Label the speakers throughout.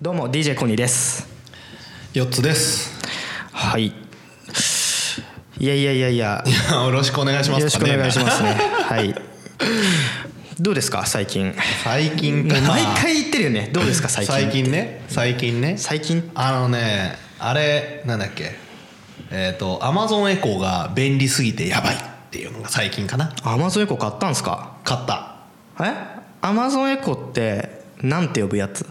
Speaker 1: どうも DJ コニーです
Speaker 2: 四つです。
Speaker 1: はいいやいやいやいや
Speaker 2: いやよろしくお願いし
Speaker 1: よ
Speaker 2: ます。
Speaker 1: ろしくお願いしますねはいどうですか最近
Speaker 2: 最近
Speaker 1: も
Speaker 2: か
Speaker 1: う毎回言ってるよねどうですか最近
Speaker 2: 最近ね最近ね
Speaker 1: 最近
Speaker 2: あのねあれなんだっけえっ、とアマゾンエコーが便利すぎてやばいっていうのが最近かな
Speaker 1: アマゾンエコ買ったんすか
Speaker 2: 買った
Speaker 1: えアマゾンエコってなんて呼ぶやつ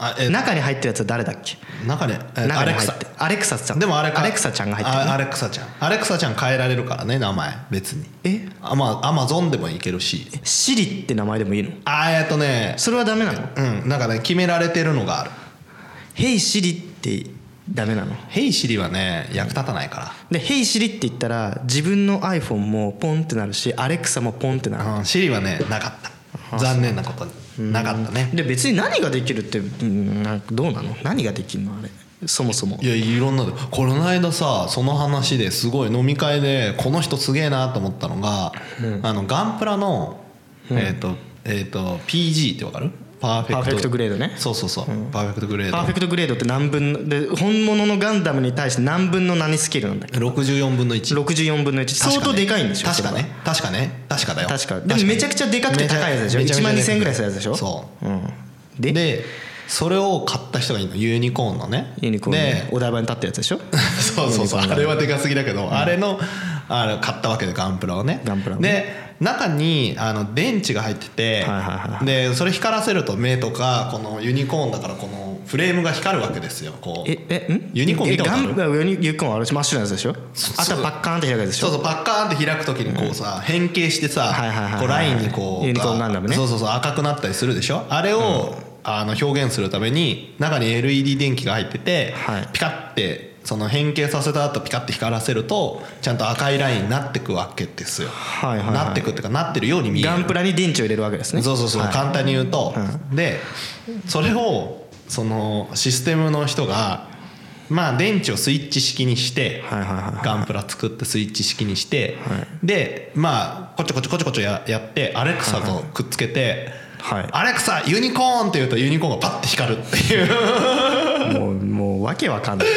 Speaker 2: あえー
Speaker 1: 中に入ってるやつ誰だっけ
Speaker 2: 中で、えー
Speaker 1: 中
Speaker 2: ア
Speaker 1: に
Speaker 2: レク
Speaker 1: 入っ
Speaker 2: サ
Speaker 1: てアレクサちゃん
Speaker 2: でもあれか
Speaker 1: アレクサちゃんが入
Speaker 2: あ
Speaker 1: っ
Speaker 2: アレクサちゃんアレクサちゃん変えられるからね名前別に
Speaker 1: てるのえ
Speaker 2: あまあアマゾンでもいけるし
Speaker 1: シリって名前でもいいの
Speaker 2: あえっ、とね
Speaker 1: それはダメなの
Speaker 2: うんなんかね決められてるのがある
Speaker 1: ヘイシリってダメなの
Speaker 2: 「ヘイシリ」はね役立たないから
Speaker 1: で「ヘイシリ」って言ったら自分の iPhone もポンってなるしアレクサもポンってなる、
Speaker 2: うん、シリはねなかった残念なことになかったね
Speaker 1: で別に何ができるって、うん、なんかどうなの何ができるのあれそもそも
Speaker 2: いやいろんなのこの間さその話ですごい飲み会でこの人すげえなと思ったのが、あのガンプラの、えっ、とえっ、と PG ってわかるパーフェクト
Speaker 1: パーフェクトグレードね
Speaker 2: そうそうそう、パーフェクトグレー
Speaker 1: パーフェ
Speaker 2: ド
Speaker 1: クトグレードって何分ので本物のガンダムに対して何分の何スキルなんだっけ
Speaker 2: 64分の1
Speaker 1: 64分の1相当でかいんでしょ
Speaker 2: 確かね確かね確かだよ
Speaker 1: 確かでもめちゃくちゃでかくて高いやつでしょ
Speaker 2: めちゃ
Speaker 1: 1
Speaker 2: めちゃ
Speaker 1: 万
Speaker 2: でかくて
Speaker 1: 2000ぐらいするやつでしょ、
Speaker 2: そう
Speaker 1: うん、で
Speaker 2: でそれを買った人がいるのユニコーンのね
Speaker 1: ユニコーンの
Speaker 2: で
Speaker 1: ねお台場に立ったやつでし ょ
Speaker 2: そうそうそうあれはでかすぎだけど、あれのあれ買ったわけでガンプラをね
Speaker 1: ガンプラを
Speaker 2: で中にあの電池が入ってて、
Speaker 1: はいはいは
Speaker 2: でそれ光らせると目とかこのユニコーンだからこのフレームが光るわけですよこう
Speaker 1: ええん
Speaker 2: ユニコーン
Speaker 1: え
Speaker 2: 見たことある
Speaker 1: ガンダムユニユニコーンはあれ真っ白なやつでしょあとはパッカーンって開くやつでしょ
Speaker 2: そうそうパッカーンって開く時にこうさ、変形してさ、
Speaker 1: はいはいはいはい
Speaker 2: こうラインにこう
Speaker 1: ユニコーンガンダムね
Speaker 2: そうそうそう赤くなったりするでしょあれを、あの表現するために中に LED 電気が入ってて、
Speaker 1: はい
Speaker 2: ピカッてその変形させた後ピカッて光らせるとちゃんと赤いラインになってくわけですよ、
Speaker 1: はいはいはい
Speaker 2: なってくっていうかなってるように見える
Speaker 1: ガンプラに電池を入れるわけですね
Speaker 2: そうそうそう、
Speaker 1: はい
Speaker 2: 簡単に言うと、でそれをそのシステムの人がまあ電池をスイッチ式にして、
Speaker 1: はいはいはいはい
Speaker 2: ガンプラ作ってスイッチ式にして、
Speaker 1: は
Speaker 2: でまあこちょこちょこちょこちょややってアレクサとくっつけて「
Speaker 1: はいはい
Speaker 2: アレクサユニコーン!」って言うとユニコーンがパッて光るってい う
Speaker 1: もうもうわけわか んない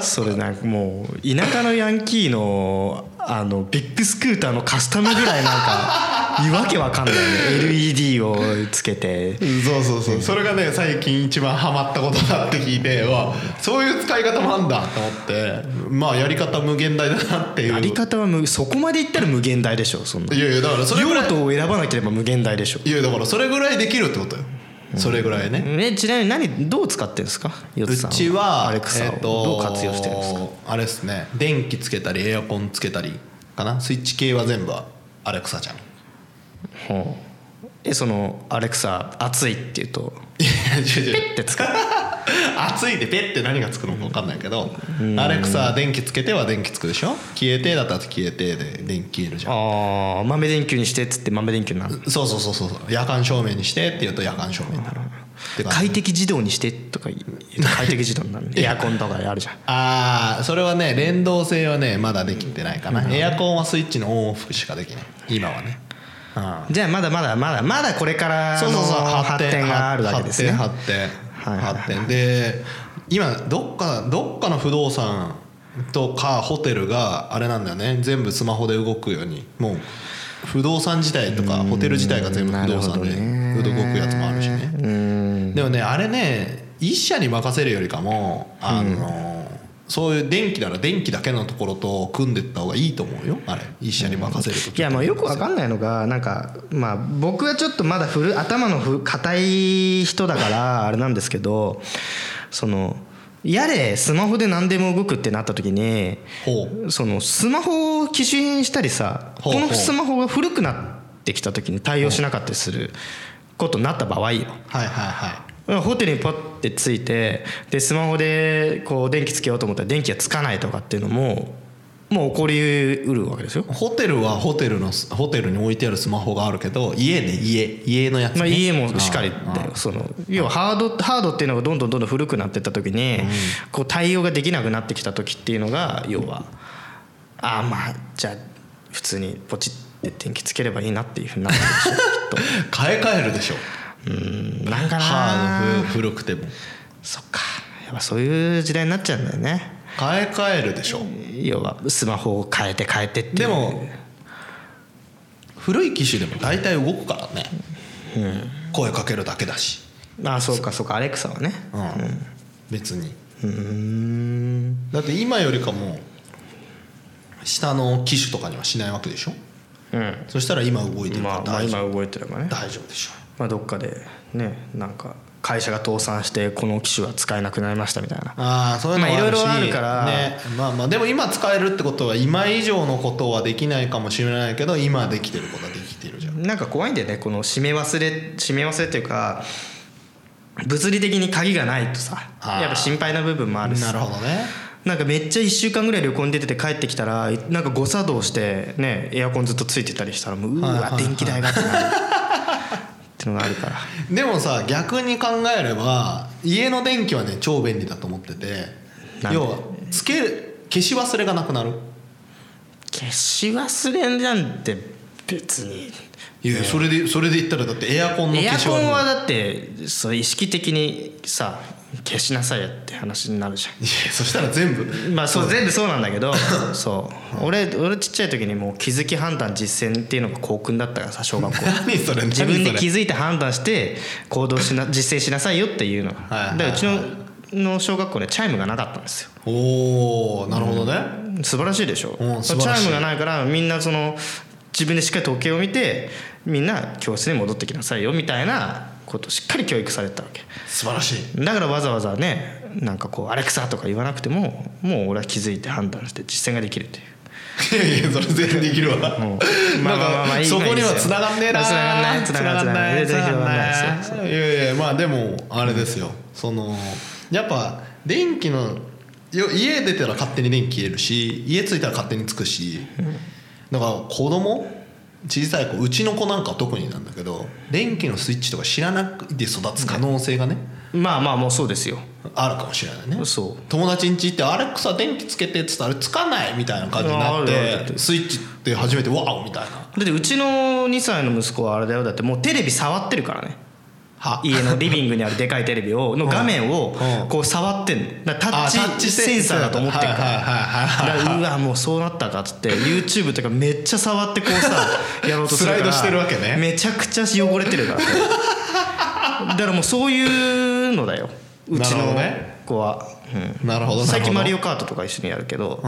Speaker 1: それなんかもう田舎のヤンキーのあのビッグスクーターのカスタムぐらいなんかいいわけわかんないね LED をつけて
Speaker 2: そうそうそうそれがね最近一番ハマったことだって聞いてうわそういう使い方もあんだと思ってまあやり方無限大だなっていう
Speaker 1: やり方は無そこまでいったら無限大でしょそんない
Speaker 2: やいやだからそれぐらい
Speaker 1: 用途を選ばなければ無限大でしょ
Speaker 2: いやだからそれぐらいできるってことよそれぐらいね
Speaker 1: えちなみに何どう使ってるんですかヨ
Speaker 2: う
Speaker 1: ツさん
Speaker 2: ちは
Speaker 1: アレクサ
Speaker 2: え
Speaker 1: を
Speaker 2: っと
Speaker 1: どう活用してるんですか
Speaker 2: あれですね電気つけたりエアコンつけたりかなスイッチ系は全部アレクサちゃんい
Speaker 1: ほうえそのアレクサ熱いって言うと
Speaker 2: や違う違
Speaker 1: ペ
Speaker 2: う
Speaker 1: ッて使う
Speaker 2: 暑いでペッて何がつくのか分かんないけどアレクサ電気つけては電気つくでしょ消えてだったら消えてで電気消えるじゃん
Speaker 1: ああ豆電球にしてっつって豆電球になる
Speaker 2: そうそうそうそう夜間照明にしてって言うと夜間照明になるって感じ
Speaker 1: 快適自動にしてとか言う快適自動にな るエアコンとかあるじゃん
Speaker 2: ああそれはね連動性はねまだできてないかな、エアコンはスイッチのオンオフしかできない今はね、うん
Speaker 1: じゃあまだまだまだまだこれから
Speaker 2: そう
Speaker 1: の
Speaker 2: そうそう
Speaker 1: 発展があるわけですね
Speaker 2: 発展発
Speaker 1: はい
Speaker 2: 展
Speaker 1: はいはい
Speaker 2: 発展で今どっかどっかの不動産とかホテルがあれなんだよね全部スマホで動くようにもう不動産自体とかホテル自体が全部不動産で
Speaker 1: なるほど
Speaker 2: 動
Speaker 1: ね
Speaker 2: くやつもあるしね
Speaker 1: うん
Speaker 2: でもねあれね一社に任せるよりかもあの、そういう電気なら電気だけのところと組んでった方がいいと思うよあれ一社に任せると、
Speaker 1: いやまあよくわかんないのがなんかまあ僕はちょっとまだ古頭のふ硬い人だからあれなんですけどそのやれスマホで何でも動くってなった時に
Speaker 2: ほう
Speaker 1: そのスマホを機種変したりさ
Speaker 2: ほうほ
Speaker 1: こ
Speaker 2: う
Speaker 1: のスマホが古くなってきた時に対応しなかったりすることになった場合よ
Speaker 2: はいはいは
Speaker 1: ホテルにポッてついてでスマホでこう電気つけようと思ったら電気がつかないとかっていうのももう起こりうるわけですよ
Speaker 2: い、ホテルはホテルのスホテルに置いてあるスマホがあるけど家ね家家のやつ、ね
Speaker 1: まあ、家もしっかりだよその要はハードハードっていうのがどんどんどんどん古くなってった時にこう対応ができなくなってきた時っていうのが要はああまあじゃあ普通にポチって電気つければいいなっていうふうになってるでしょきっと
Speaker 2: 買い替えるでしょ
Speaker 1: うんなんかな
Speaker 2: 歯のふ古くても
Speaker 1: そっかやっぱそういう時代になっちゃうんだよね
Speaker 2: 買い替えるでしょ
Speaker 1: 要はスマホを変えて変えてっていう
Speaker 2: でも古い機種でも大体動くからね、声かけるだけだし、
Speaker 1: ああそうかそうかアレクサはね
Speaker 2: うん別に
Speaker 1: うん
Speaker 2: だって今よりかも下の機種とかにはしないわけでしょ
Speaker 1: うん
Speaker 2: そしたら今動いてるか
Speaker 1: まあ
Speaker 2: ら、
Speaker 1: まあ
Speaker 2: 大丈夫、
Speaker 1: 今動いてればね
Speaker 2: 大丈夫でしょ
Speaker 1: まあどっかでねなんか会社が倒産してこの機種は使えなくなりましたみたいな
Speaker 2: ああそういうのも
Speaker 1: まあい
Speaker 2: し
Speaker 1: ろいろあるから
Speaker 2: ねまあまあでも今使えるってことは今以上のことはできないかもしれないけど今できてることはできてるじゃん
Speaker 1: なんか怖いんだよねこの締め忘れ締め忘れっていうか物理的に鍵がないとさ
Speaker 2: あー
Speaker 1: やっぱ心配な部分もあるし
Speaker 2: なるほどね
Speaker 1: なんかめっちゃ1週間ぐらい旅行に出てて帰ってきたらなんか誤作動してねエアコンずっとついてたりしたらもうう
Speaker 2: はいはい
Speaker 1: わ
Speaker 2: はい
Speaker 1: 電気代がってなるってのがあるから
Speaker 2: でもさ逆に考えれば家の電気はね超便利だと思ってて
Speaker 1: なんで
Speaker 2: 要はつける消し忘れがなくなる
Speaker 1: 消し忘れなんて別に
Speaker 2: いやそれでそれで言ったらだってエアコンの
Speaker 1: エ
Speaker 2: 消
Speaker 1: ア
Speaker 2: し
Speaker 1: コ
Speaker 2: 忘れ
Speaker 1: ンはだってそう意識的にさ消しなさいよって話になるじゃん
Speaker 2: いやそしたら全部
Speaker 1: まあそう全部そうなんだけ どそう俺俺ちっちゃい時にもう気づき判断実践っていうのが校訓だったからさ小学 校
Speaker 2: 何それ
Speaker 1: 自分で気
Speaker 2: づ
Speaker 1: づいて判断して行動しな実践しなさいよっていうのが
Speaker 2: はいはいはい
Speaker 1: だからうちのの小学校ねチャイムがなかったんですよ
Speaker 2: おおなるほどね、
Speaker 1: 素晴らしいでしょ
Speaker 2: うん
Speaker 1: チ
Speaker 2: 素晴ら
Speaker 1: ャ
Speaker 2: しい
Speaker 1: イムがないからみんなその自分でしっかり時計を見てみんな教室に戻ってきなさいよみたいなことをしっかり教育されてたわけ
Speaker 2: 素晴らしい
Speaker 1: だからわざわざねなんかこう「アレクサ」とか言わなくてももう俺は気づいて判断して実践ができるという。
Speaker 2: いやいやそれ全然できるわなんか
Speaker 1: まあまあまあまあいい
Speaker 2: そこには繋がんねえな
Speaker 1: 繋がんない繋がんない
Speaker 2: 繋がんない
Speaker 1: 繋
Speaker 2: 繋がんないいやいやまあでもあれですよそのやっぱ電気のよ家出たら勝手に電気入れるし家着いたら勝手につくしだから子供小さい子うちの子なんかは特になんだけど電気のスイッチとか知らなくて育つ可能性がね
Speaker 1: まあまあもうそうですよ
Speaker 2: あるかもしれないね
Speaker 1: そ
Speaker 2: 友達ん家行って「アレクサ電気つけて」っつったら「あれつかない」みたいな感じになっ
Speaker 1: ああるあるあ
Speaker 2: て
Speaker 1: る
Speaker 2: スイッチって初めて「ワオ!」みたいな
Speaker 1: うだってうちの2歳の息子はあれだよだってもうテレビ触ってるからね
Speaker 2: は
Speaker 1: 家のリビングにあるでかいテレビをの画面を
Speaker 2: うん
Speaker 1: こう触ってんのだからタ
Speaker 2: あ
Speaker 1: ッチセンサーだと思ってるから
Speaker 2: はいはいはいはい
Speaker 1: だからうわもうそうなったかっつって YouTube とかめっちゃ触ってこう さやろうとするから
Speaker 2: スライドしてるわけね
Speaker 1: めちゃくちゃ汚れてるからねだからもうそういうのだようち
Speaker 2: なるほ
Speaker 1: の
Speaker 2: どね
Speaker 1: 子は、
Speaker 2: なるほ
Speaker 1: う
Speaker 2: ど
Speaker 1: ん、最近マリ
Speaker 2: オ
Speaker 1: オカートとか一緒にやるけど、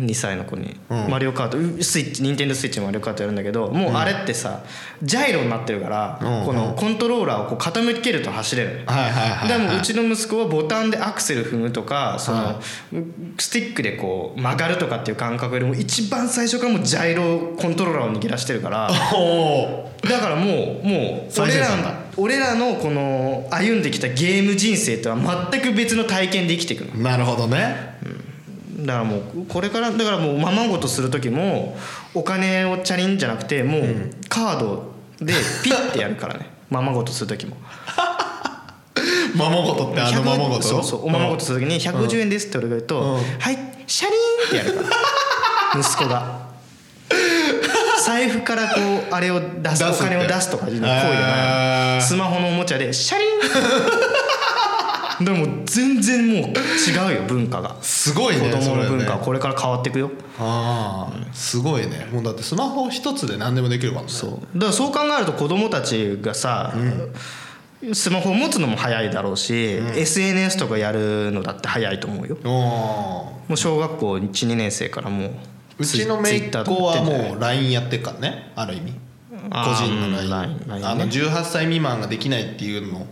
Speaker 1: 2歳の子に、
Speaker 2: うん
Speaker 1: マリオカートうスイッチ任天堂スイッチのマリオカートやるんだけどもうあれってさ、ジャイロになってるから、
Speaker 2: うん
Speaker 1: このコントローラーをこう傾けると走れるのよ
Speaker 2: はいはいはい
Speaker 1: で
Speaker 2: はい
Speaker 1: もうちの息子はボタンでアクセル踏むとかそのスティックでこう曲がるとかっていう感覚よりも一番最初からもうジャイロコントローラーを握らしてるから
Speaker 2: お
Speaker 1: だからもうもう
Speaker 2: 最
Speaker 1: 俺
Speaker 2: 先
Speaker 1: ら
Speaker 2: 端
Speaker 1: の
Speaker 2: だ
Speaker 1: 俺らのこの歩んできたゲーム人生とは全く別の体験で生きていくの
Speaker 2: ーなるほどね
Speaker 1: だからもうこれからだからもうままごとする時もお金をチャリンじゃなくてもうカードでピッてやるからね ままごとする時も
Speaker 2: ままごとってあのままごと
Speaker 1: そうそうおままごとする時に「150円です」って俺が言うと「
Speaker 2: うん
Speaker 1: はいシャリーン!」ってやるから 息子が財布からこうあれを出す
Speaker 2: 出すっ
Speaker 1: お
Speaker 2: て
Speaker 1: 金を出すとかいう行為がな
Speaker 2: へー
Speaker 1: いスマホのおもちゃで「シャリー ン! 」でも全然もう違うよ文化が
Speaker 2: すごい
Speaker 1: 子
Speaker 2: ね
Speaker 1: 供の
Speaker 2: それ
Speaker 1: 文
Speaker 2: ね
Speaker 1: 化はこれから変わっていくよ
Speaker 2: ああすごいねもうだってスマホ一つで何でもできるからね
Speaker 1: そうだからそう考えると子供たちがさ、スマホを持つのも早いだろうし、SNS とかやるのだって早いと思うよ
Speaker 2: おー
Speaker 1: もう小学校12年生からもう
Speaker 2: うちの
Speaker 1: ツイ
Speaker 2: 姪
Speaker 1: ツイッ
Speaker 2: っ
Speaker 1: ター
Speaker 2: 子は
Speaker 1: やってんじゃない
Speaker 2: もう LINE やってるからねある意味個
Speaker 1: あー
Speaker 2: 人の
Speaker 1: うん
Speaker 2: LINE,
Speaker 1: LINE ね
Speaker 2: あの18歳未満ができないっていうの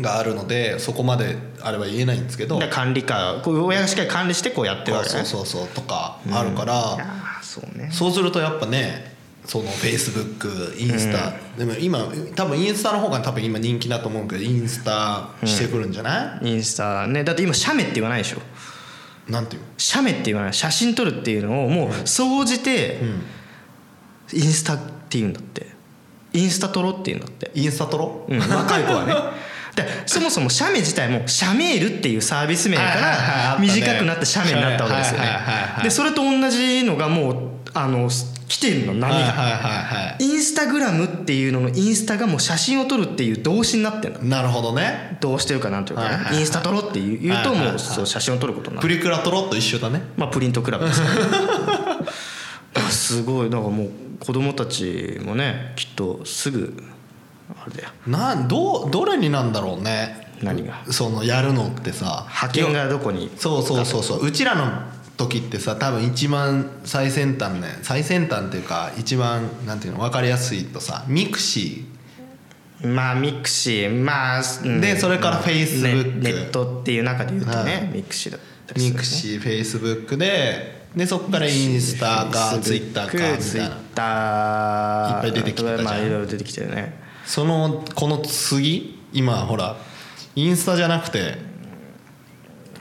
Speaker 2: があるのでそこまであれば言えないんですけど
Speaker 1: だから管理下こう親がしっかり管理してこうやってるわけね
Speaker 2: そうそうそうとかあるから、
Speaker 1: ああそうね
Speaker 2: そうするとやっぱねその Facebook インスタ、でも今多分インスタの方が多分今人気だと思うけどインスタしてくるんじゃない、
Speaker 1: インスタねだって今写メって言わないでしょ
Speaker 2: なんていう
Speaker 1: 写メって言わない写真撮るっていうのをもう総じて
Speaker 2: の、うん、
Speaker 1: インスタって言うんだってインスタ撮ろうって言うんだって
Speaker 2: インスタ撮ろう、
Speaker 1: うん、若い子 はねでそもそも写メ自体も写メールっていうサービス名か
Speaker 2: はいはいはいあっ
Speaker 1: ら
Speaker 2: たね
Speaker 1: 短くなって写メになったわけですよね
Speaker 2: はいはいはいはい
Speaker 1: でそれと同じのがもうあの来てるの波
Speaker 2: はいはい
Speaker 1: が
Speaker 2: はいは
Speaker 1: インスタグラムっていうののインスタがもう写真を撮るっていう動詞になってるの
Speaker 2: いなるほどね
Speaker 1: 動詞というかなんというかね
Speaker 2: はいはいはい
Speaker 1: インスタ撮ろうっていう言うと
Speaker 2: はいは
Speaker 1: も
Speaker 2: いは
Speaker 1: う
Speaker 2: い
Speaker 1: そう写真を撮ることになる
Speaker 2: プリクラ撮ろうと一緒だね
Speaker 1: まあ、プリントクラブ ですからねだからすごいなんかもう子供たちもねきっとすぐあれだよ
Speaker 2: なんどうどれになんだろうね
Speaker 1: 何が
Speaker 2: そのやるのってさ
Speaker 1: 派遣がどこに
Speaker 2: そうそうそうそううちらの時ってさ多分一番最先端ね最先端っていうか一番なんていうの分かりやすいとさミクシ
Speaker 1: まあミクシーまあ、うん
Speaker 2: でそれから
Speaker 1: まあ
Speaker 2: Facebook
Speaker 1: ネネットっていう中で言うとね、
Speaker 2: はい
Speaker 1: ミクシーだった
Speaker 2: ー
Speaker 1: りする、ね、
Speaker 2: ミクシーフェイスブックででそこからインスタかツイッターかみ
Speaker 1: ツイ
Speaker 2: た
Speaker 1: ッ
Speaker 2: いな
Speaker 1: ター
Speaker 2: いっぱい出てきてたじゃん
Speaker 1: まあいろいろ出てきてるね
Speaker 2: そのこの次今ほらインスタじゃなくて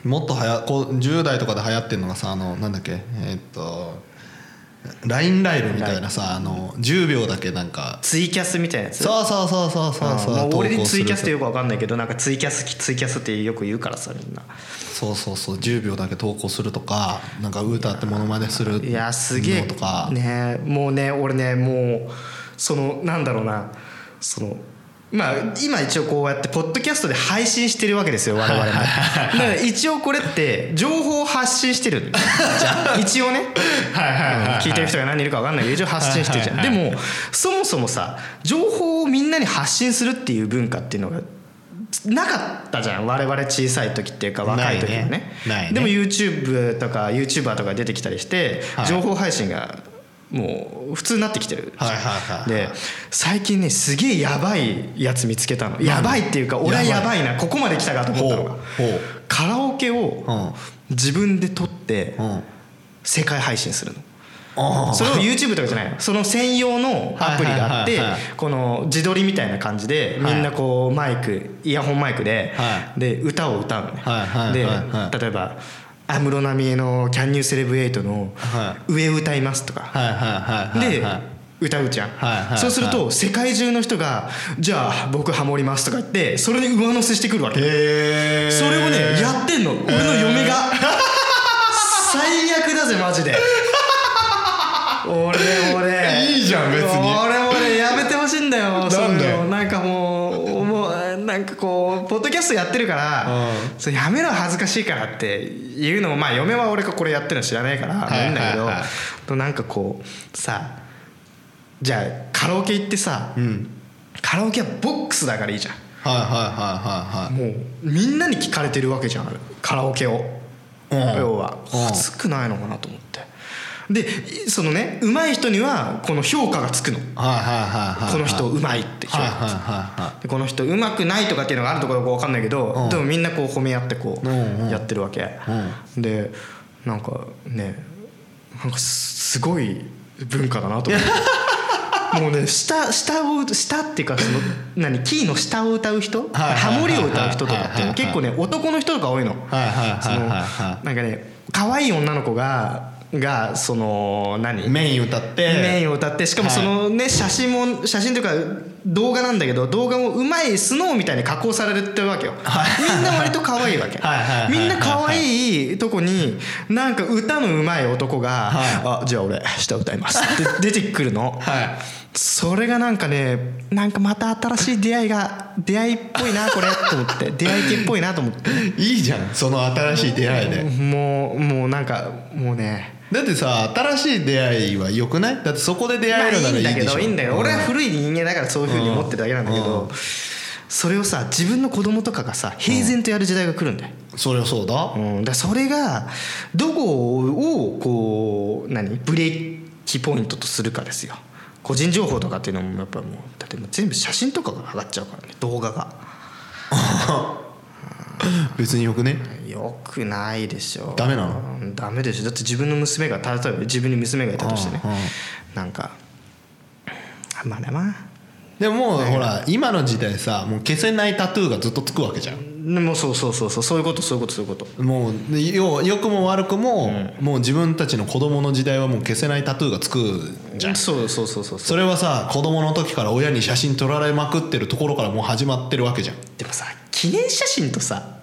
Speaker 2: もっとはやこう10代とかで流行ってるのがさあのなんだっけえーっと LINE ライブみたいなさあの10秒だけなんか
Speaker 1: ツイキャスみたいなやつ
Speaker 2: そうそうそうそうそうそう、
Speaker 1: まあ、俺
Speaker 2: 投
Speaker 1: に
Speaker 2: 稿す
Speaker 1: ツ
Speaker 2: る
Speaker 1: イキャスってよくわかんないけどなんかツイキャスツイキャスってよく言うからさみんな
Speaker 2: そうそうそう10秒だけ投稿するとかなんか歌ってモノマネする
Speaker 1: いやすげえ
Speaker 2: のとか、
Speaker 1: ねもうね俺ねもうそのなんだろうなそのまあ今一応こうやってポッドキャストで配信してるわけですよ我々もだから一応これって情報を発信してるじ ゃん一応ねうん聞いてる人が何人いるか分かんないけど一応発信してるじゃんでもそもそもさ情報をみんなに発信するっていう文化っていうのがなかったじゃん我々小さい時っていうか若い時はね
Speaker 2: ないねないね
Speaker 1: でも YouTube とか YouTuber とか出てきたりして、
Speaker 2: はい
Speaker 1: 情報配信がもう普通になってきてる、
Speaker 2: はいはいはい
Speaker 1: で最近ねすげえやばいやつ見つけたのやばいっていうか俺はや
Speaker 2: や
Speaker 1: ば
Speaker 2: ばい
Speaker 1: いなここまで来たかと思
Speaker 2: ほ
Speaker 1: っ
Speaker 2: う
Speaker 1: たのが
Speaker 2: ほ
Speaker 1: カラオケを
Speaker 2: う
Speaker 1: 自分で撮って
Speaker 2: うんうん
Speaker 1: 世界配信するの。
Speaker 2: ああ
Speaker 1: それを YouTube とかじゃないのその専用のアプリがあって
Speaker 2: はいはいはいはい
Speaker 1: この自撮りみたいな感じでみ
Speaker 2: はい
Speaker 1: んなこうマイクイヤホンマイクで
Speaker 2: は
Speaker 1: で歌を歌うのね
Speaker 2: はいはい
Speaker 1: で
Speaker 2: はいはい
Speaker 1: 例えば安室奈美恵の「CanYouCelebrate」の
Speaker 2: は
Speaker 1: 「上歌います」とか
Speaker 2: はいはいはいはい
Speaker 1: で
Speaker 2: はい
Speaker 1: 歌うじゃん
Speaker 2: はいはいはい
Speaker 1: そうすると世界中の人が「じゃあ僕ハモります」とか言ってそれに上乗せしてくるわけ
Speaker 2: へえ
Speaker 1: それをねやってんの俺の嫁 が最悪だぜマジで俺俺
Speaker 2: いいじゃん別に
Speaker 1: 俺俺やめてほしいんだよ
Speaker 2: だよ
Speaker 1: そういうのなんかもうもうなんかこうポッドキャストやってるから
Speaker 2: う
Speaker 1: それやめろ恥ずかしいからって言うのもまあ嫁は俺がこれやってるの知らないからま
Speaker 2: い
Speaker 1: あいいんだけど
Speaker 2: はいはい
Speaker 1: となんかこうさじゃあカラオケ行ってさ
Speaker 2: うん
Speaker 1: カラオケはボックスだからいいじゃん
Speaker 2: はいはいは
Speaker 1: もうみんなに聞かれてるわけじゃんカラオケを、
Speaker 2: いはいはい
Speaker 1: 要は
Speaker 2: うん
Speaker 1: 恥ずくないのかなと思ってでそのね上手い人にはこの評価がつくの
Speaker 2: はいはいはいはい
Speaker 1: この人
Speaker 2: はい
Speaker 1: 上手いって評
Speaker 2: はい
Speaker 1: 価
Speaker 2: はいは
Speaker 1: でこの人上手くないとかっていうのがあるところか分かんないけど、
Speaker 2: うん
Speaker 1: でもみんなこう褒め合ってこう
Speaker 2: うんうん
Speaker 1: やってるわけ、でなんかねなんかすすごい文化だなと思って もうね下下を下っていうかその何キーの下を歌う人
Speaker 2: はいはいはい
Speaker 1: ハモリを歌う人とかっ
Speaker 2: はいはいは
Speaker 1: て
Speaker 2: い
Speaker 1: 結構ね男の人とか多いの。
Speaker 2: いはいはい
Speaker 1: そ
Speaker 2: はい
Speaker 1: の
Speaker 2: はい
Speaker 1: な
Speaker 2: は
Speaker 1: んかね可愛い女の子ががその何
Speaker 2: いメイン歌って
Speaker 1: メインを歌ってしかも
Speaker 2: はい
Speaker 1: そのね写真も写真というか動画なんだけど動画もうまいスノーみたいに加工されてるわけよみんな割と可愛いわけ
Speaker 2: はいはいはいはい
Speaker 1: みんな可愛いとこになんか歌のうまい男が「
Speaker 2: は
Speaker 1: あじゃあ俺下歌います」って出てくるの
Speaker 2: は
Speaker 1: それがなんかねなんかまた新しい出会いが出会いっぽいなこれと思って出会い系っぽいなと思っ て
Speaker 2: いいいじゃんその新しい出会いで
Speaker 1: もうもうなんかもうね
Speaker 2: だってさ新しい出会いは良くないだってそこで出
Speaker 1: まあ
Speaker 2: 会えるない
Speaker 1: いん
Speaker 2: ら
Speaker 1: だ
Speaker 2: いい
Speaker 1: け
Speaker 2: でしょ
Speaker 1: どいいんだけど俺は古い人間だからそういうふうに思ってるだけなんだけ
Speaker 2: う
Speaker 1: どそれをさ自分の子供とかがさ平然とやる時代が来るんだよ、
Speaker 2: そりゃそうだ
Speaker 1: うん、だからそれがどこをこう何ブレーキポイントとするかですよ個人情報とかっていうのもやっぱもうだってもう全部写真とかが上がっちゃうからね動画が
Speaker 2: 別によくね
Speaker 1: よくないでしょ
Speaker 2: ダメなの
Speaker 1: うんダメでしょだって自分の娘が例えば自分に娘がいたとしてね
Speaker 2: うんうん
Speaker 1: なんかあまあまあ
Speaker 2: でももうほら今の時代さもう消せないタトゥーがずっとつくわけじゃん
Speaker 1: でもそうそうそうそうそういうことそういうことそういうこと
Speaker 2: もうでよ良くも悪くも、もう自分たちの子供の時代はもう消せないタトゥーがつくじゃん
Speaker 1: そうそうそうそうそ
Speaker 2: それはさ子供の時から親に写真撮られまくってるところからもう始まってるわけじゃん
Speaker 1: うでもさ記念写真とさ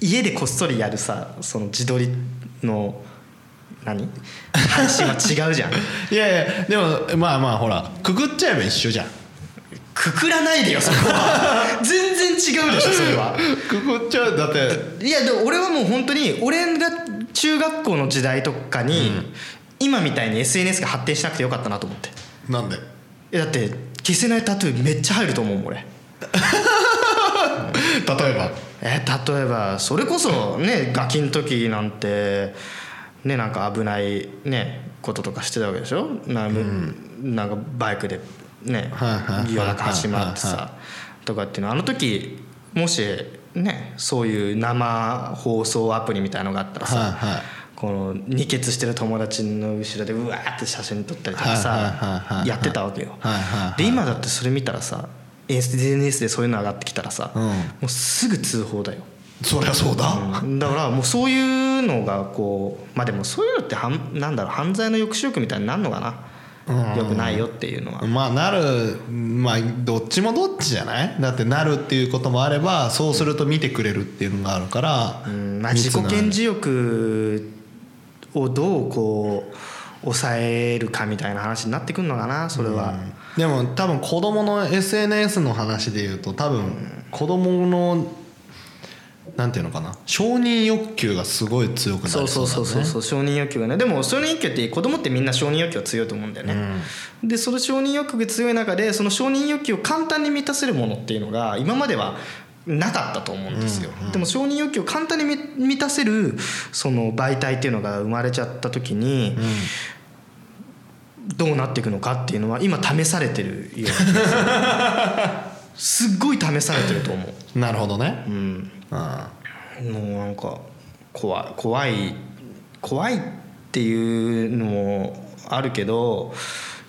Speaker 1: 家でこっそりやるさその自撮りの何話は違う じゃん
Speaker 2: いやいやでもまあまあほらくくっちゃえば一緒じゃん
Speaker 1: くくらないでよそこは全然違うでしょそれは
Speaker 2: くくっちゃうだって
Speaker 1: いやでも俺はもう本当に俺が中学校の時代とかに、今みたいに SNS が発展しなくてよかったなと思って
Speaker 2: なんで
Speaker 1: えだって消せないタトゥーめっちゃ入ると思うもん俺
Speaker 2: 例えば
Speaker 1: え例えばそれこそねガキの時なんてねなんか危ないねこととかしてたわけでしょな,、ん、なんかバイクでね
Speaker 2: はいはいはい
Speaker 1: 夜中走り回って
Speaker 2: はいは
Speaker 1: さとかっていうのあの時もしねそういう生放送アプリみたいのがあったらさ、
Speaker 2: はいはい
Speaker 1: この二血してる友達の後ろでうわーって写真撮ったりとか
Speaker 2: はいはいはいはいは
Speaker 1: さ
Speaker 2: い
Speaker 1: やってたわけよ
Speaker 2: はいはいはい
Speaker 1: で今だってそれ見たらさ SNS でそういうの上がってきたらさ、
Speaker 2: うん
Speaker 1: もうすぐ通報だよ
Speaker 2: そりゃそうだ、
Speaker 1: だからもうそういうのがこうまあでもそういうのってはんなんだろう犯罪の抑止力みたいになるのかなよくないよっていうのは
Speaker 2: まあなるまあどっちもどっちじゃないだってなるっていうこともあればそうすると見てくれるっていうのがあるから、
Speaker 1: うんまあ自己顕示欲をどうこう抑えるかみたいな話になってくるのかなそれは、
Speaker 2: でも多分子供の SNS の話で言うと多分子供のなんていうのかな承認欲求がすごい強くなり
Speaker 1: そうそうそうそう
Speaker 2: う
Speaker 1: そう承認欲求がねでも承認欲求って子供ってみんな承認欲求が強いと思うんだよ
Speaker 2: だ
Speaker 1: ね、
Speaker 2: ね
Speaker 1: でその承認欲求が強い中でその承認欲求を簡単に満たせるものっていうのが今まではなかったと思うんですよ、でも承認欲求を簡単にみ満たせるその媒体っていうのが生まれちゃった時に
Speaker 2: うん、
Speaker 1: どうなっていくのかっていうのは今試されてるような気が するすっごい試されてると思う、
Speaker 2: うんなるほどね、
Speaker 1: うん、
Speaker 2: うん
Speaker 1: もうなんか怖い怖い怖いっていうのもあるけど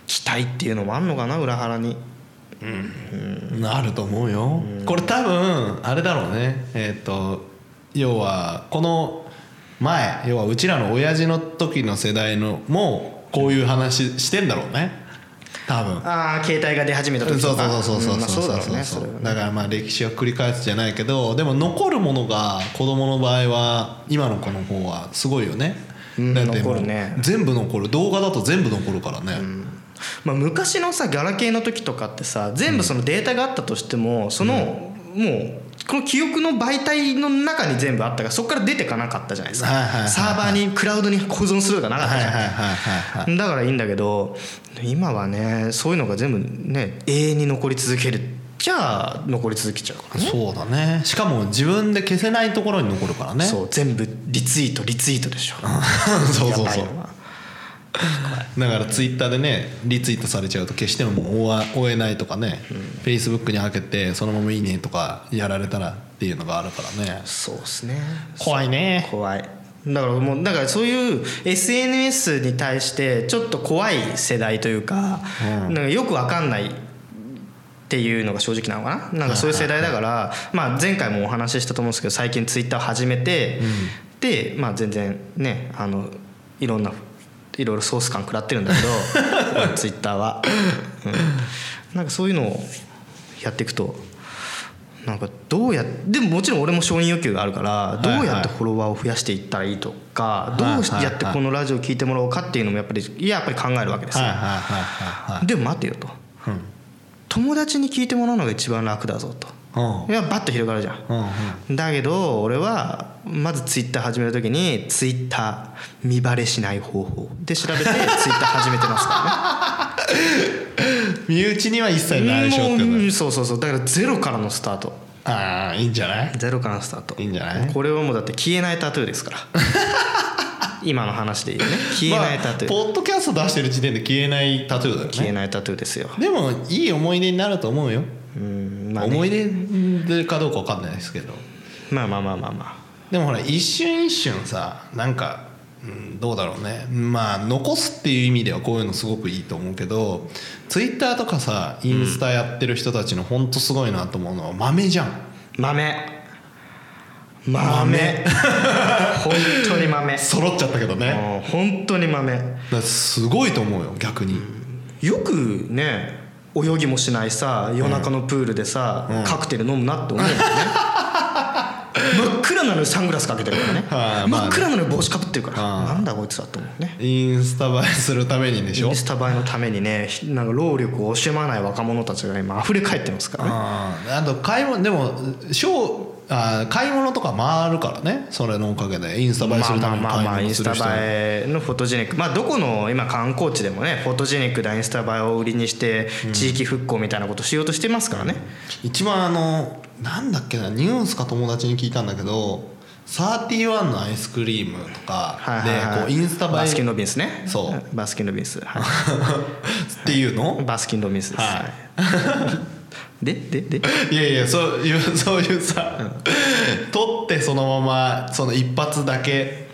Speaker 1: 期待っていうのもあんのかな裏腹に
Speaker 2: あると思うよ、これ多分あれだろうねえっ、と要はこの前要はうちらの親父の時の世代のもうこういう話してんだろうね多分
Speaker 1: ああ携帯が出始めた
Speaker 2: そう
Speaker 1: 時
Speaker 2: そ
Speaker 1: と
Speaker 2: う
Speaker 1: か
Speaker 2: そうそう
Speaker 1: うんまあ
Speaker 2: そう
Speaker 1: だ
Speaker 2: そう
Speaker 1: ろう
Speaker 2: そ
Speaker 1: ねそ
Speaker 2: うそ
Speaker 1: うれはね
Speaker 2: だからまあ歴史は繰り返すじゃないけどでも残るものが子供の場合は今の子の方はすごいよね
Speaker 1: うん
Speaker 2: だっても
Speaker 1: 残
Speaker 2: う
Speaker 1: るね
Speaker 2: 全部残る動画だと全部残るからね、
Speaker 1: まあ昔のさガラケーの時とかってさ全部そのデータがあったとしてもそのもうこの記憶の媒体の中に全部あったからそこから出てかなかったじゃないです
Speaker 2: はいはいはいは
Speaker 1: か
Speaker 2: い
Speaker 1: サーバーにクラウドに保存するとかなかった
Speaker 2: はい
Speaker 1: じ
Speaker 2: は
Speaker 1: ゃ
Speaker 2: い
Speaker 1: ん
Speaker 2: はいはいはい
Speaker 1: だからいいんだけど今はねそういうのが全部ね永遠に残り続けるじゃあ残り続けちゃうからね
Speaker 2: そうだねしかも自分で消せないところに残るからね
Speaker 1: そう全部リツイートリツイートでしょ
Speaker 2: そうそうそ
Speaker 1: や
Speaker 2: う
Speaker 1: ばいのは
Speaker 2: だからツイッターでねリツイートされちゃうと決してももう追わ追えないとかねフェイスブックに開けてそのまま「いいね」とかやられたらっていうのがあるからね
Speaker 1: そうですね
Speaker 2: 怖いね
Speaker 1: 怖いだからもうだからそういう SNS に対してちょっと怖い世代というか,、
Speaker 2: うん
Speaker 1: なんかよくわかんないっていうのが正直なのかななんかそういう世代だから、まあ、前回もお話ししたと思うんですけど最近ツイッターを始めて、で、まあ、全然ねあのいろんないろいろソース感食らってるんだけ どツイッターは、うん、なんかそういうのをやっていくとなんかどうやでももちろん俺も承認欲求があるからどうやってフォロワーを増やしていったらいいとか
Speaker 2: いはい
Speaker 1: どうやってこのラジオを聞いてもらおうかっていうのもやっぱりいややっぱり考えるわけです
Speaker 2: はい
Speaker 1: よ
Speaker 2: はいはいはい
Speaker 1: でも待てよと
Speaker 2: はい
Speaker 1: 友達に聞いてもらうのが一番楽だぞと
Speaker 2: うん
Speaker 1: いやバッと広がるじゃん
Speaker 2: うんうん
Speaker 1: だけど俺はまずツイッター始めるときにツイッター見バレしない方法で調べ てツイッター始めてますか
Speaker 2: 身内には一切
Speaker 1: らね
Speaker 2: 内緒って
Speaker 1: もう
Speaker 2: こ
Speaker 1: う
Speaker 2: と
Speaker 1: んそうそうそうだからゼロからのスタート
Speaker 2: ああいいんじゃない
Speaker 1: ゼロからのスタート
Speaker 2: いいんじゃない
Speaker 1: これはもうだって消えないタトゥーですから 今の話で言うね消えないタトゥー、
Speaker 2: まあポッドキャスト出してる時点で消えないタトゥーだよ
Speaker 1: 消え
Speaker 2: ね
Speaker 1: ないタトゥーですよ
Speaker 2: でもいい思い出になると思うよ
Speaker 1: うんまあ、ね、
Speaker 2: 思い出でかどうか分かんないですけど
Speaker 1: まあまあまあまあま
Speaker 2: でもほら一瞬一瞬さなんか、うん、どうだろうねまあ残すっていう意味ではこういうのすごくいいと思うけどツイッターとかさインスタやってる人たちのほんとすごいなと思うのは豆じゃん
Speaker 1: あ豆 豆本当に豆
Speaker 2: 揃っちゃったけどね
Speaker 1: もう本当に豆
Speaker 2: だからすごいと思うよ逆に
Speaker 1: よくね泳ぎもしないさ夜中のプールでさ、
Speaker 2: うん
Speaker 1: カクテル飲むなって思うよね、真っ暗なのにサングラスかけてるからね
Speaker 2: はいまあ
Speaker 1: 真っ暗なのに帽子かぶってるから
Speaker 2: あー
Speaker 1: なんだこいつだと思うね
Speaker 2: インスタ映えするためにでし
Speaker 1: イ
Speaker 2: ょ
Speaker 1: ンスタ映えのためにねひなんか労力を惜しまない若者たちが今溢れ返ってますからね
Speaker 2: あーあと買い物でもショーあー買い物とか回るからねそれのおかげでインスタ映えするために
Speaker 1: まあまあまあまあ
Speaker 2: 買い
Speaker 1: イ
Speaker 2: 物
Speaker 1: ンス
Speaker 2: する
Speaker 1: タ
Speaker 2: 人
Speaker 1: 映えのフォトジェニックまあどこの今観光地でもねフォトジェニックだインスタ映えを売りにして地域復興みたいなことしようとしてますからね
Speaker 2: 一番あのなんだっけなニュースか友達に聞いたんだけど31のアイスクリームと
Speaker 1: は
Speaker 2: か
Speaker 1: い
Speaker 2: で
Speaker 1: はい
Speaker 2: こ
Speaker 1: は
Speaker 2: う
Speaker 1: い
Speaker 2: インスタ
Speaker 1: バ
Speaker 2: 映
Speaker 1: スキン・
Speaker 2: え
Speaker 1: ロビンスね
Speaker 2: そう
Speaker 1: バスキン・ロビンスはい
Speaker 2: っていう の
Speaker 1: バスキン・ロビンスです
Speaker 2: は
Speaker 1: ででで
Speaker 2: いやいやそういうそういうさ撮ってそのままその一発だけ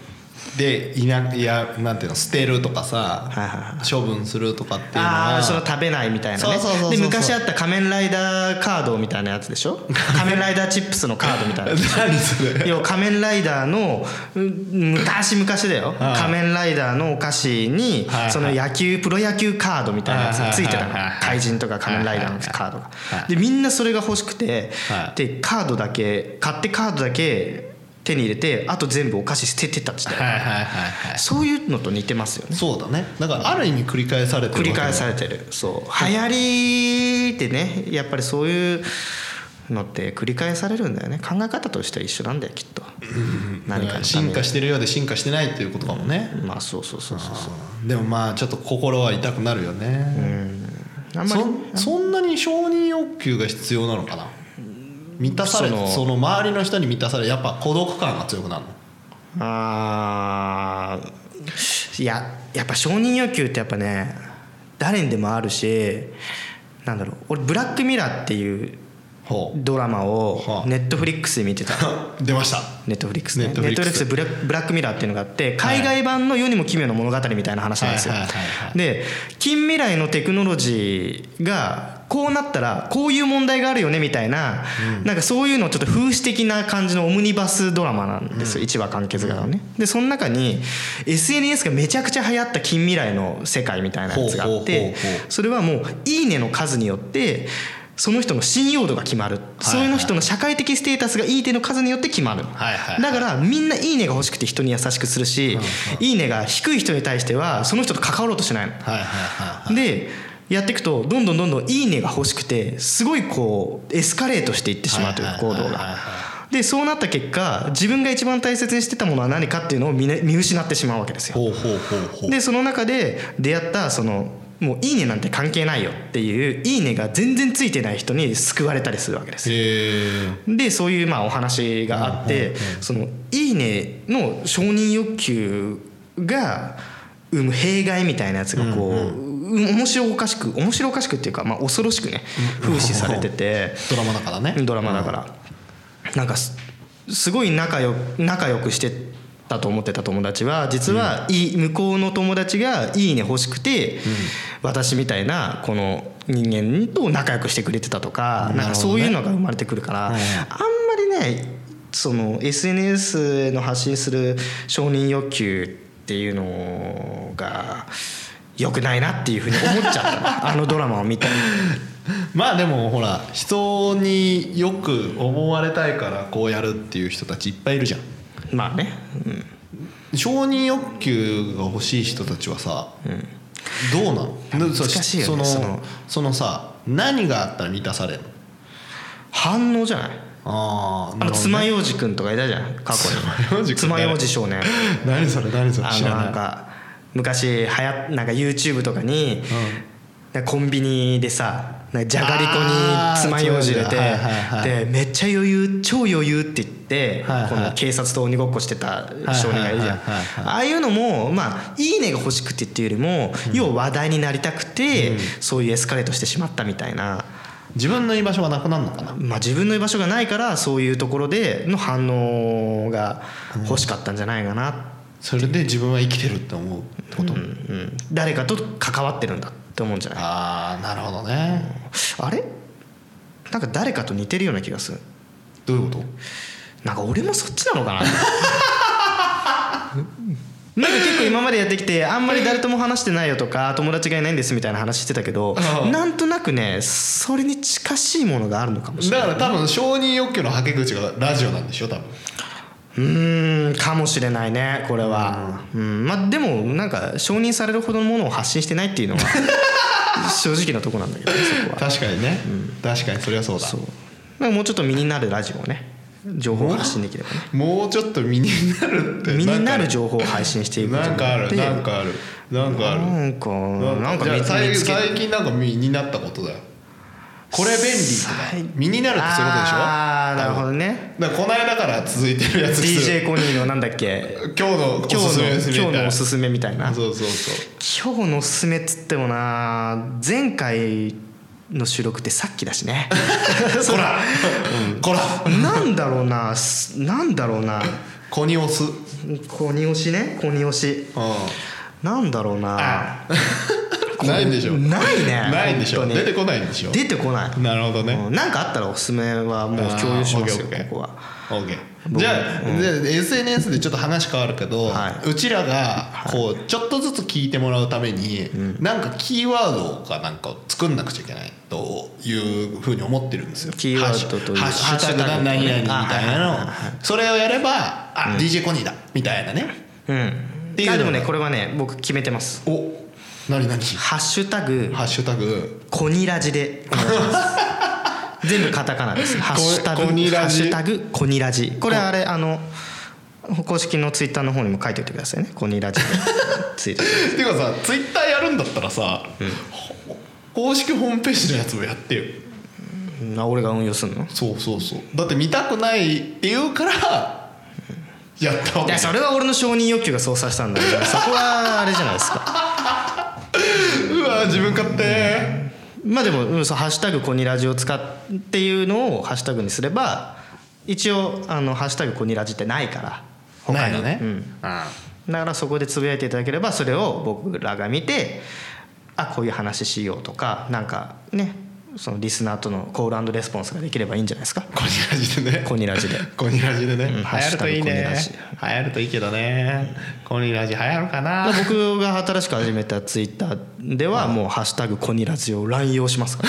Speaker 2: でいないやなんていうの捨てるとか
Speaker 1: はいはいは
Speaker 2: さ処分するとかっていうの
Speaker 1: あ
Speaker 2: は
Speaker 1: あその食べないみたいな
Speaker 2: そう
Speaker 1: ね
Speaker 2: そうそうそう
Speaker 1: で昔あった仮面ライダーカードみたいなやつで しょ仮面ライダーチップスのカードみたいなやつ
Speaker 2: 何それ
Speaker 1: 要は仮面ライダーのうん昔々だよ
Speaker 2: ああ
Speaker 1: 仮面ライダーのお菓子に
Speaker 2: はいはい
Speaker 1: その野球プロ野球カードみたいなやつがついてたの
Speaker 2: はいはいはいはい
Speaker 1: 怪人とか仮面ライダーのカードが
Speaker 2: はい
Speaker 1: でみんなそれが欲しくて
Speaker 2: はい
Speaker 1: でカードだけ買ってカードだけ手に入れてあと全部お菓子捨ててたって言ってた
Speaker 2: はいはいはいは
Speaker 1: そういうのと似てますよ
Speaker 2: い
Speaker 1: ね
Speaker 2: そうだねだからある意味繰り返されてる
Speaker 1: 繰り返
Speaker 2: れ
Speaker 1: されてるそう流行りってねやっぱりそういうのって繰り返されるんだよね考え方としては一緒なんだよきっと何かのため
Speaker 2: 進
Speaker 1: に
Speaker 2: 化してるようで進化してないっていうことかもね、
Speaker 1: まあそうそうそうそうそ
Speaker 2: でもまあちょっと心は痛くなるよ
Speaker 1: うう
Speaker 2: ね、
Speaker 1: んあんまり
Speaker 2: そそんなに承認欲求が必要なのかな満たされ
Speaker 1: その
Speaker 2: その周りの人に満たされやっぱ孤独感が強くなるの
Speaker 1: あーいややっぱ承認欲求ってやっぱね誰にでもあるしなんだろう俺「ブラックミラー」っていう
Speaker 2: ほう
Speaker 1: ドラマ
Speaker 2: は
Speaker 1: を
Speaker 2: あ
Speaker 1: ネットフリックスで見てた
Speaker 2: 出ました
Speaker 1: ネットフリックスねネットフリ
Speaker 2: Netflix
Speaker 1: ックスブラブラックミラーっていうのがあって海外版の世にも奇妙な物語みたいな話なんですよ
Speaker 2: はいはいはいは
Speaker 1: で近未来のテクノロジーがこうなったらこういう問題があるよねみたいななんかそういうのをちょっと風刺的な感じのオムニバスドラマなんですよ1話完結がねでその中に SNS がめちゃくちゃ流行った近未来の世界みたいなやつがあっ
Speaker 2: ほうほう
Speaker 1: て
Speaker 2: ほうほう
Speaker 1: それはもう「いいね」の数によってその人の信用度が決まるそういう人の社会的ステータスが「いいね」の数によって決まる
Speaker 2: はいはい
Speaker 1: だからみんな「いいね」が欲しくて人に優しくするし「いいね」が低い人に対してはその人と関わろうとしないの。
Speaker 2: はいはいはい
Speaker 1: でやっていくとどんどんどんどん「いいね」が欲しくてすごいこうエスカレートしていってしまうという
Speaker 2: はいはい
Speaker 1: 行
Speaker 2: はい
Speaker 1: 動
Speaker 2: はい
Speaker 1: が
Speaker 2: は。
Speaker 1: でそうなった結果自分が一番大切にしてたものは何かっていうのを見ね見失ってしまうわけですよ。
Speaker 2: ほうほうほうほう
Speaker 1: でその中で出会ったそのもう「いいね」なんて関係ないよっていう「いいね」が全然ついてない人に救われたりするわけですよ
Speaker 2: へえ
Speaker 1: でそういうまあお話があってその「いいね」の承認欲求が生む弊害みたいなやつがこう、うん面白おかしく面白おかしくっていうか、まあ、恐ろしくね風刺されてて
Speaker 2: ドラマだからね
Speaker 1: ドラマだから、なんかすすごい仲よ仲良くしてたと思ってた友達は実はいい向こうの友達が「いいね」欲しくて、私みたいなこの人間と仲良くしてくれてたとか
Speaker 2: うん
Speaker 1: なんかそういうのが生まれてくるから、
Speaker 2: はいはい
Speaker 1: あんまりねその SNS の発信する承認欲求っていうのが良くないなっていうふうに思っちゃった あのドラマを見て。
Speaker 2: まあでもほら人によく思われたいからこうやるっていう人たちいっぱいいるじゃん
Speaker 1: まあね、うん
Speaker 2: 承認欲求が欲しい人たちはさ、どうなの
Speaker 1: 難しいよね
Speaker 2: そのそ
Speaker 1: そ
Speaker 2: の
Speaker 1: の
Speaker 2: そのさ何があったら満たされるの
Speaker 1: 反応じゃない
Speaker 2: あー
Speaker 1: あ
Speaker 2: な
Speaker 1: の
Speaker 2: るほど
Speaker 1: 爪
Speaker 2: ね
Speaker 1: 楊枝くんとかいたじゃん過去
Speaker 2: 爪楊枝くん
Speaker 1: に爪楊枝少年
Speaker 2: 何それ何それ
Speaker 1: あ
Speaker 2: 知
Speaker 1: の
Speaker 2: ら
Speaker 1: な
Speaker 2: なんい
Speaker 1: か昔はやなんか YouTube とかに、なんかコンビニでさなんかじゃがりこ
Speaker 2: あー
Speaker 1: に爪楊枝入れて、
Speaker 2: はいはいは
Speaker 1: で
Speaker 2: い
Speaker 1: めっちゃ余裕超余裕って言って、
Speaker 2: はいはい
Speaker 1: この警察と鬼ごっこしてた少年がいるじゃん、
Speaker 2: はいはいはいはい
Speaker 1: ああいうのもまあ「いいね」が欲しくてっていうよりも、要は話題になりたくて、そういうエスカレートしてしまったみたいな。
Speaker 2: 自分の居場所がなくなるのかな
Speaker 1: まあ、自分の居場所がないからそういうところでの反応が欲しかったんじゃないかな、
Speaker 2: それで自分は生きてるって思うってこと、
Speaker 1: うん誰かと関わってるんだって思うんじゃないあ
Speaker 2: ああなるほどね
Speaker 1: れなんか誰かと似てるような気がする
Speaker 2: どういうこと
Speaker 1: なんか俺もそっちなのかななんか結構今までやってきてあんまり誰とも話してないよとか友達がいないんですみたいな話してたけど
Speaker 2: うん
Speaker 1: なんとなくねそれに近しいものがあるのかもしれ
Speaker 2: だ
Speaker 1: な
Speaker 2: か
Speaker 1: い
Speaker 2: ら多分承認欲求のはけ口がラジオなんでしょ多分
Speaker 1: うーんかもしれないねこれはうんまあでもなんか承認されるほどのものを発信してないっていうのは 正直なとこなんだけどねそこは
Speaker 2: 確かにね、確かにそれはそうだ
Speaker 1: そうなんかもうちょっと身になるラジオをね情報を発信できればね
Speaker 2: もうちょっと身になるって
Speaker 1: 身になる
Speaker 2: んか
Speaker 1: 情報を配信していくこと
Speaker 2: なんかある
Speaker 1: によ
Speaker 2: な
Speaker 1: っ
Speaker 2: んかあるなんかある
Speaker 1: てなんかなんか
Speaker 2: じゃあ
Speaker 1: 見つ
Speaker 2: 最
Speaker 1: 見つけ
Speaker 2: 最近なんか身になったことだよこれ便利とか
Speaker 1: 最
Speaker 2: 身になるってそういうことでしょ
Speaker 1: ああなるほどね
Speaker 2: だからこの間から続いてるやつ
Speaker 1: DJ コニーのなんだっけ
Speaker 2: 今日のお
Speaker 1: 今
Speaker 2: す
Speaker 1: 日
Speaker 2: す
Speaker 1: の
Speaker 2: めですみたい
Speaker 1: 今日
Speaker 2: な
Speaker 1: のおすすめみたいな
Speaker 2: そうそうそう
Speaker 1: 今日のおすすめっつってもな前回の収録ってさっきだし ね
Speaker 2: こら、こら
Speaker 1: なんだろうなすなんだろうな
Speaker 2: コニオス
Speaker 1: コニ押しねコニ押しなんだろうな
Speaker 2: ないんでしょ
Speaker 1: ないね
Speaker 2: ないんでしょ
Speaker 1: 本当に
Speaker 2: 出てこないんでしょ
Speaker 1: 出てこない
Speaker 2: なるほどね
Speaker 1: うんなんかあったらおすすめはもう共有しますよ
Speaker 2: あーオッケーオッケー
Speaker 1: ここは
Speaker 2: OK
Speaker 1: 僕
Speaker 2: じゃあ,、じゃあ SNS でちょっと話変わるけど、
Speaker 1: は
Speaker 2: うちらがこうちょっとずつ聞いてもらうために、なんかキーワードかなんかを作んなくちゃいけないというふうに思ってるんですよ
Speaker 1: キーワードという
Speaker 2: ハッシュハッシュタグ
Speaker 1: ハッシュタグ
Speaker 2: が何々みたい
Speaker 1: あはいはい
Speaker 2: なのそれをやればあ、DJ コニーだみたいなね
Speaker 1: うん
Speaker 2: っていうのが
Speaker 1: あでもねこれはね僕決めてます
Speaker 2: お何何
Speaker 1: ハッシュタグ
Speaker 2: ハッシュタグ
Speaker 1: コニラジでお願いします 全部カタカナですハッシュタグ
Speaker 2: コニラジ
Speaker 1: ハッシュタグコニラジこれあれあの公式のツイッターの方にも書いておいてくださいねコニラジ でツイートして
Speaker 2: ていうかさツイッターやるんだったらさ、ほ公式ホームページのやつもやってよ
Speaker 1: あ俺が運用するの
Speaker 2: そうそうそうだって見たくないって言うから やったわ
Speaker 1: い
Speaker 2: け
Speaker 1: やそれは俺の承認欲求がそうさせたんだけどそこはあれじゃないですか
Speaker 2: うわ自分勝手
Speaker 1: まあでも、うん、そうハッシュタグコニラジを使っていうのをハッシュタグにすれば一応あのハッシュタグコニラジってないから
Speaker 2: ない
Speaker 1: に
Speaker 2: のね、
Speaker 1: うん
Speaker 2: あ
Speaker 1: だからそこでつぶやいていただければそれを僕らが見てあこういう話しようとかなんかねそのリスナーとのコールレスポンスができればいいんじゃないですか
Speaker 2: コニラジでね
Speaker 1: コニラジで
Speaker 2: コニラジでね、流
Speaker 1: ハッ
Speaker 2: 行
Speaker 1: シュ
Speaker 2: る
Speaker 1: タグ
Speaker 2: といい
Speaker 1: コニラ
Speaker 2: ね
Speaker 1: ジ
Speaker 2: 流行るといいけどねコニラジ流行るかな
Speaker 1: 僕が新しく始めたツイッターではもう「ハッシュタグコニラジ」を乱用しますか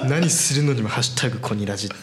Speaker 1: ら、 何するのにも「ハッシュタグコニラジ」って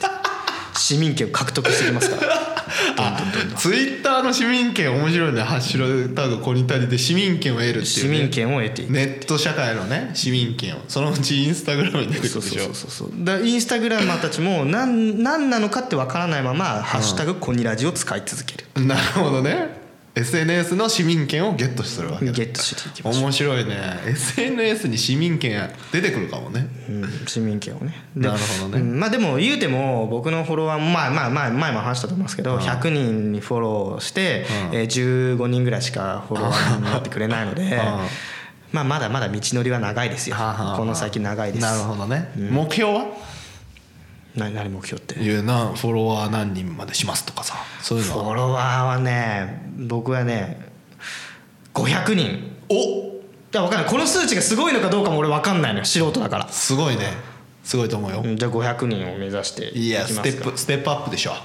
Speaker 1: 市民権を獲得してきます から
Speaker 2: ツイッターの市民権面白いね「ハッシュタグコニタリ」で市民権を得るっていう、ね、
Speaker 1: 市民権を得ていく
Speaker 2: ネット社会のね市民権をそのうちインスタグラムに出てく
Speaker 1: そう
Speaker 2: るで
Speaker 1: そう
Speaker 2: し
Speaker 1: そうそ
Speaker 2: ょ
Speaker 1: うそうだからインスタグラマーたちも何何なのかってわからないまま「ハッシュタグコニラジ」を使い続ける
Speaker 2: なるほどね SNS の市民権をゲットするわけだ
Speaker 1: ゲットしていきましょう
Speaker 2: 面白いね SNS に市民権出てくるかもね
Speaker 1: うん市民権をねで
Speaker 2: なるほどね
Speaker 1: うんまあでも言うても僕のフォロワーもまあまあまあ前も話したと思いますけど100人にフォローして
Speaker 2: うん
Speaker 1: えー15人ぐらいしかフォロワーになってくれないのでまあまだまだ道のりは長いですよ
Speaker 2: はあはあはあ
Speaker 1: この先長いです
Speaker 2: なるほどね、目標は
Speaker 1: な何目標って
Speaker 2: いうなフォロワー何人までしますとかさそういうの
Speaker 1: フ
Speaker 2: は
Speaker 1: ォロワーはね僕はね500人い
Speaker 2: お
Speaker 1: や分かんないこの数値がすごいのかどうかも俺分かんないのよ素人だから
Speaker 2: すごいねすごいと思うよ、
Speaker 1: うんじゃあ500人を目指して
Speaker 2: い
Speaker 1: い
Speaker 2: や
Speaker 1: き
Speaker 2: ス
Speaker 1: ま
Speaker 2: テ
Speaker 1: すか
Speaker 2: ップステップアップでしょ、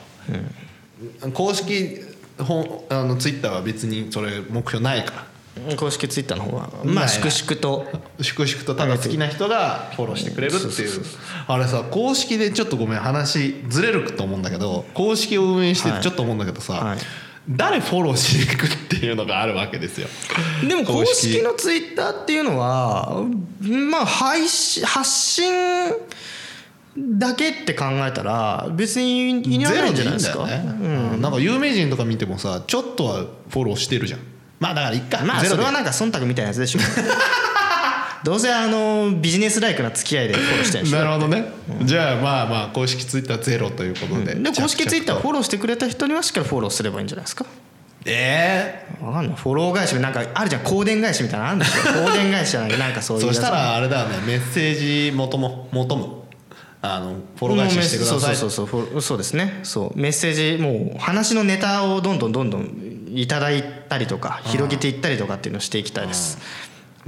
Speaker 2: 公式ほあのツイッターは別にそれ目標ないから
Speaker 1: 公式ツイッターの方は
Speaker 2: な
Speaker 1: ま
Speaker 2: い
Speaker 1: あ
Speaker 2: な
Speaker 1: 粛々と
Speaker 2: 粛々とただ好きな人がフォローしてくれる
Speaker 1: うん
Speaker 2: って
Speaker 1: そう
Speaker 2: い
Speaker 1: そううそ
Speaker 2: あれさ公式でちょっとごめん話ずれると思うんだけど公式を運営してて
Speaker 1: はい
Speaker 2: ちょっと思うんだけどさ、
Speaker 1: はい
Speaker 2: 誰フォローしていくっていうのがあるわけですよ
Speaker 1: でも
Speaker 2: 公
Speaker 1: 公
Speaker 2: 式
Speaker 1: 式のツイッターっていうのはまあ配信発信だけって考えたら別にいらないんじゃないですか
Speaker 2: ゼロでいいんだよね、うんなんか有名人とか見てもさちょっとはフォローしてるじゃんまあだからいっか、
Speaker 1: まあ
Speaker 2: ゼロ
Speaker 1: そ
Speaker 2: で
Speaker 1: れはなんか忖度みたいなやつでしょどうせあのビジネスライクな付き合いでフォローしてるんで し
Speaker 2: な
Speaker 1: ょ
Speaker 2: るほどね、じゃあまあまあ公式ツイッターゼロということで、
Speaker 1: で公式ツイッターを
Speaker 2: ー
Speaker 1: フォローしてくれた人にはしっかりフォローすればいいんじゃないですか
Speaker 2: え
Speaker 1: わかんないフォロー返しなんかあるじゃん香典返しみたいなのあるん ですよ香典返しじゃないなんかそう
Speaker 2: ー
Speaker 1: いうや
Speaker 2: そ
Speaker 1: つ
Speaker 2: したらあれだよねメッセージ求も求むあのフォロー返ししてくださいって
Speaker 1: そうそうそうそうフォロそうですねそうメッセージもう話のネタをどんどんどんどんいただいたりとか広げていったりとかっていうのをしていきたいです、
Speaker 2: まあ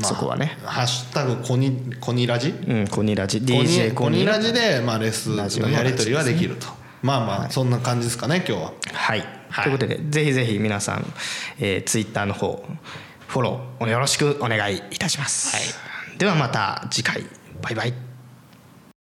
Speaker 1: そこはね
Speaker 2: ハッシュタグコニコニラジ
Speaker 1: うんコニラジ DJ コ
Speaker 2: コニ
Speaker 1: ニラ
Speaker 2: ラ
Speaker 1: ジ
Speaker 2: ジでまあレッスンのやり取りはできるとまあまあそんな感じですかね今日は
Speaker 1: はい
Speaker 2: はい
Speaker 1: ということでぜひぜひ皆さん、えー、ツイッターの方フォローよろしくお願いいたします、ではまた次回バイバイ